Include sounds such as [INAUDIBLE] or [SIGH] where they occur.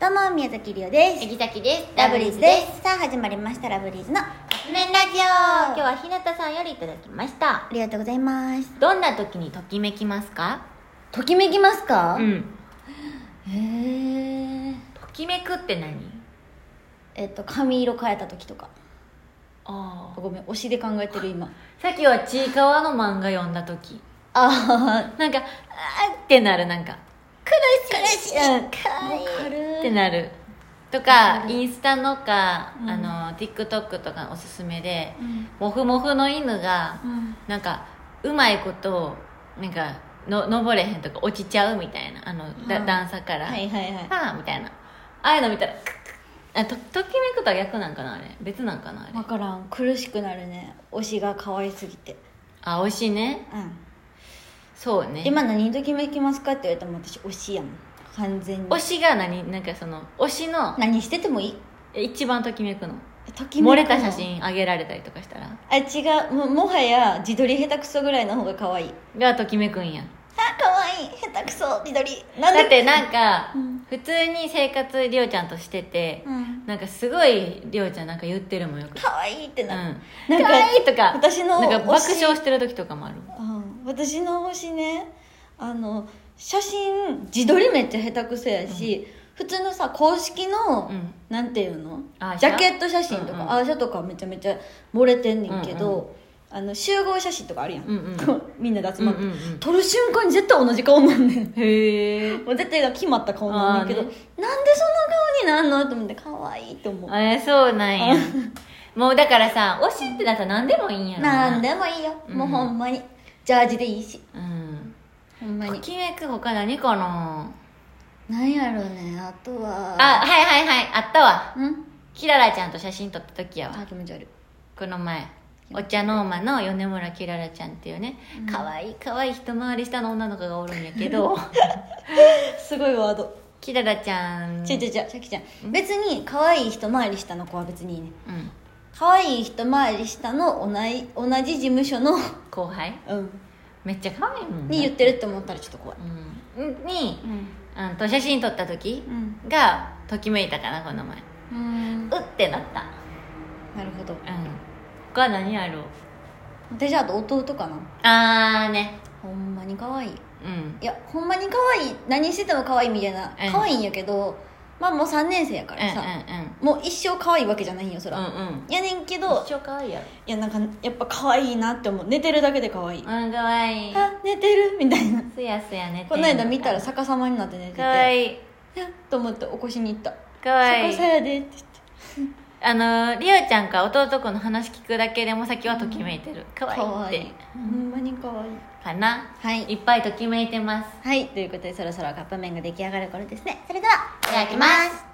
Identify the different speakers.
Speaker 1: どうも宮崎りおです
Speaker 2: えぎざきです
Speaker 1: ラブリーズですさあ始まりましたラブリーズの
Speaker 2: カップ麺ラジオ今日はひなたさんよりいただきました
Speaker 1: ありがとうございます
Speaker 2: どんな時にときめきますか
Speaker 1: ときめきますか
Speaker 2: ん
Speaker 1: へえ
Speaker 2: ときめくって何
Speaker 1: えっと髪色変えた時とか
Speaker 2: あ
Speaker 1: ごめん推しで考えてる今
Speaker 2: さっきはちいかわの漫画読んだ時
Speaker 1: ああ
Speaker 2: なんかあーってなるなんか
Speaker 1: 苦しい
Speaker 2: い
Speaker 1: うん軽い
Speaker 2: ってなるとか
Speaker 1: うん
Speaker 2: インスタのか、
Speaker 1: うん
Speaker 2: あの TikTok とかおすすめで
Speaker 1: うん
Speaker 2: モフモフの犬が
Speaker 1: うん
Speaker 2: なんかうまいことなんかの登れへんとか落ちちゃうみたいなあの、だ
Speaker 1: うん
Speaker 2: 段差から、
Speaker 1: はいはいはい
Speaker 2: ああみたいなああいうの見たらクックッあとときめくとは逆なんかなあれ別なんかなあれ
Speaker 1: 分からん苦しくなるね推しが可愛すぎて
Speaker 2: あ美味しいね
Speaker 1: うん
Speaker 2: そうね
Speaker 1: 今何にときめきますかって言われても私推しやん完全に
Speaker 2: 推しが何なんかその推しの
Speaker 1: 何しててもいい
Speaker 2: え一番ときめくの
Speaker 1: えときめくの
Speaker 2: 漏れた写真あげられたりとかしたら
Speaker 1: あ違うももはや自撮り下手くそぐらいの方が可愛い
Speaker 2: がときめくんや
Speaker 1: あ可愛い下手くそ自撮りな
Speaker 2: だ
Speaker 1: んで
Speaker 2: ってなんか、
Speaker 1: うん
Speaker 2: 普通に生活りょうちゃんとしてて、
Speaker 1: うん
Speaker 2: なんかすごいりょうちゃんなんか言ってるもんよく
Speaker 1: 可愛いってなる、
Speaker 2: う
Speaker 1: な
Speaker 2: ん、
Speaker 1: んか
Speaker 2: かわいいとか
Speaker 1: 私の
Speaker 2: なんか爆
Speaker 1: 推し
Speaker 2: 笑してる時とかもある
Speaker 1: うん私の推しねあの写真自撮りめっちゃ下手くそやし、普通のさ公式の、
Speaker 2: うん
Speaker 1: なんていうの
Speaker 2: アー
Speaker 1: ジ
Speaker 2: シャ
Speaker 1: ャケット写真とか、
Speaker 2: うんうん
Speaker 1: アーシャとかめちゃめちゃ漏れてんねんけど、
Speaker 2: うん
Speaker 1: あの集合写真とかあるやん、
Speaker 2: うんうん
Speaker 1: こ [LAUGHS] みんなで集まって、
Speaker 2: うんうんうん
Speaker 1: 撮る瞬間に絶対同じ顔なんねん
Speaker 2: へえ
Speaker 1: もう絶対決まった顔なんだけど、
Speaker 2: あーね
Speaker 1: なんでその顔になんのと思って可愛いと思う
Speaker 2: えそうな
Speaker 1: [LAUGHS]
Speaker 2: んやもうだからさ推しってなったら何でもいいんやろ
Speaker 1: なんでもいいよ、もうほんまにジャージでいいし
Speaker 2: うん
Speaker 1: ほんま
Speaker 2: と
Speaker 1: に
Speaker 2: きめく他何かな
Speaker 1: なんやろうねあとは
Speaker 2: あはいはいはいあったわ
Speaker 1: うん
Speaker 2: キララちゃんと写真撮った時やわ
Speaker 1: あ気持ち悪い
Speaker 2: この前お茶ノーマの米村キララちゃんっていうね可愛、い可愛い一回り下の女の子がおるんやけど
Speaker 1: すごいワード
Speaker 2: [LAUGHS] キララちゃん
Speaker 1: ちょいちょいちょいシャキちゃん別に可愛い一回り下の子は別にいいね
Speaker 2: うん、
Speaker 1: 可愛い一回り下の同い同じ事務所の、
Speaker 2: 後輩
Speaker 1: うん、
Speaker 2: めっちゃ可愛いもん
Speaker 1: に言ってるって思ったらちょっと怖い
Speaker 2: うんに、
Speaker 1: ん
Speaker 2: うん、と写真撮った時
Speaker 1: うん
Speaker 2: がときめいたかなこの前
Speaker 1: うん
Speaker 2: うってなった
Speaker 1: なるほど
Speaker 2: うん他何やろう
Speaker 1: 私あと弟かな
Speaker 2: あーね
Speaker 1: ほんまに可愛い
Speaker 2: うん
Speaker 1: いやほんまに可愛い何してても可愛いみたいな
Speaker 2: うん
Speaker 1: 可愛いんやけど、まあもう3年生やか
Speaker 2: うん
Speaker 1: らさ、もう一生可愛いわけじゃないんよそら、
Speaker 2: うんうんうん
Speaker 1: やねんけど
Speaker 2: 一生可愛いやろ
Speaker 1: いやなんかやっぱ可愛いなって思う寝てるだけで可愛い、
Speaker 2: うん可愛い
Speaker 1: あ寝てるみたいな
Speaker 2: すやすやね
Speaker 1: この間見たら逆さまになって寝てて
Speaker 2: 可愛い
Speaker 1: やっと思って起こしに行った
Speaker 2: 可愛い
Speaker 1: 逆さやでって言って
Speaker 2: あのーりおちゃんか弟子の話聞くだけでも先はときめいてる可
Speaker 1: 可
Speaker 2: 愛い
Speaker 1: 愛
Speaker 2: っ
Speaker 1: い
Speaker 2: て
Speaker 1: ほんまに可愛い
Speaker 2: かな
Speaker 1: はい
Speaker 2: いっぱいときめいてます
Speaker 1: はいということでそろそろカップ麺が出来上がる頃ですねそれではい
Speaker 2: ただきます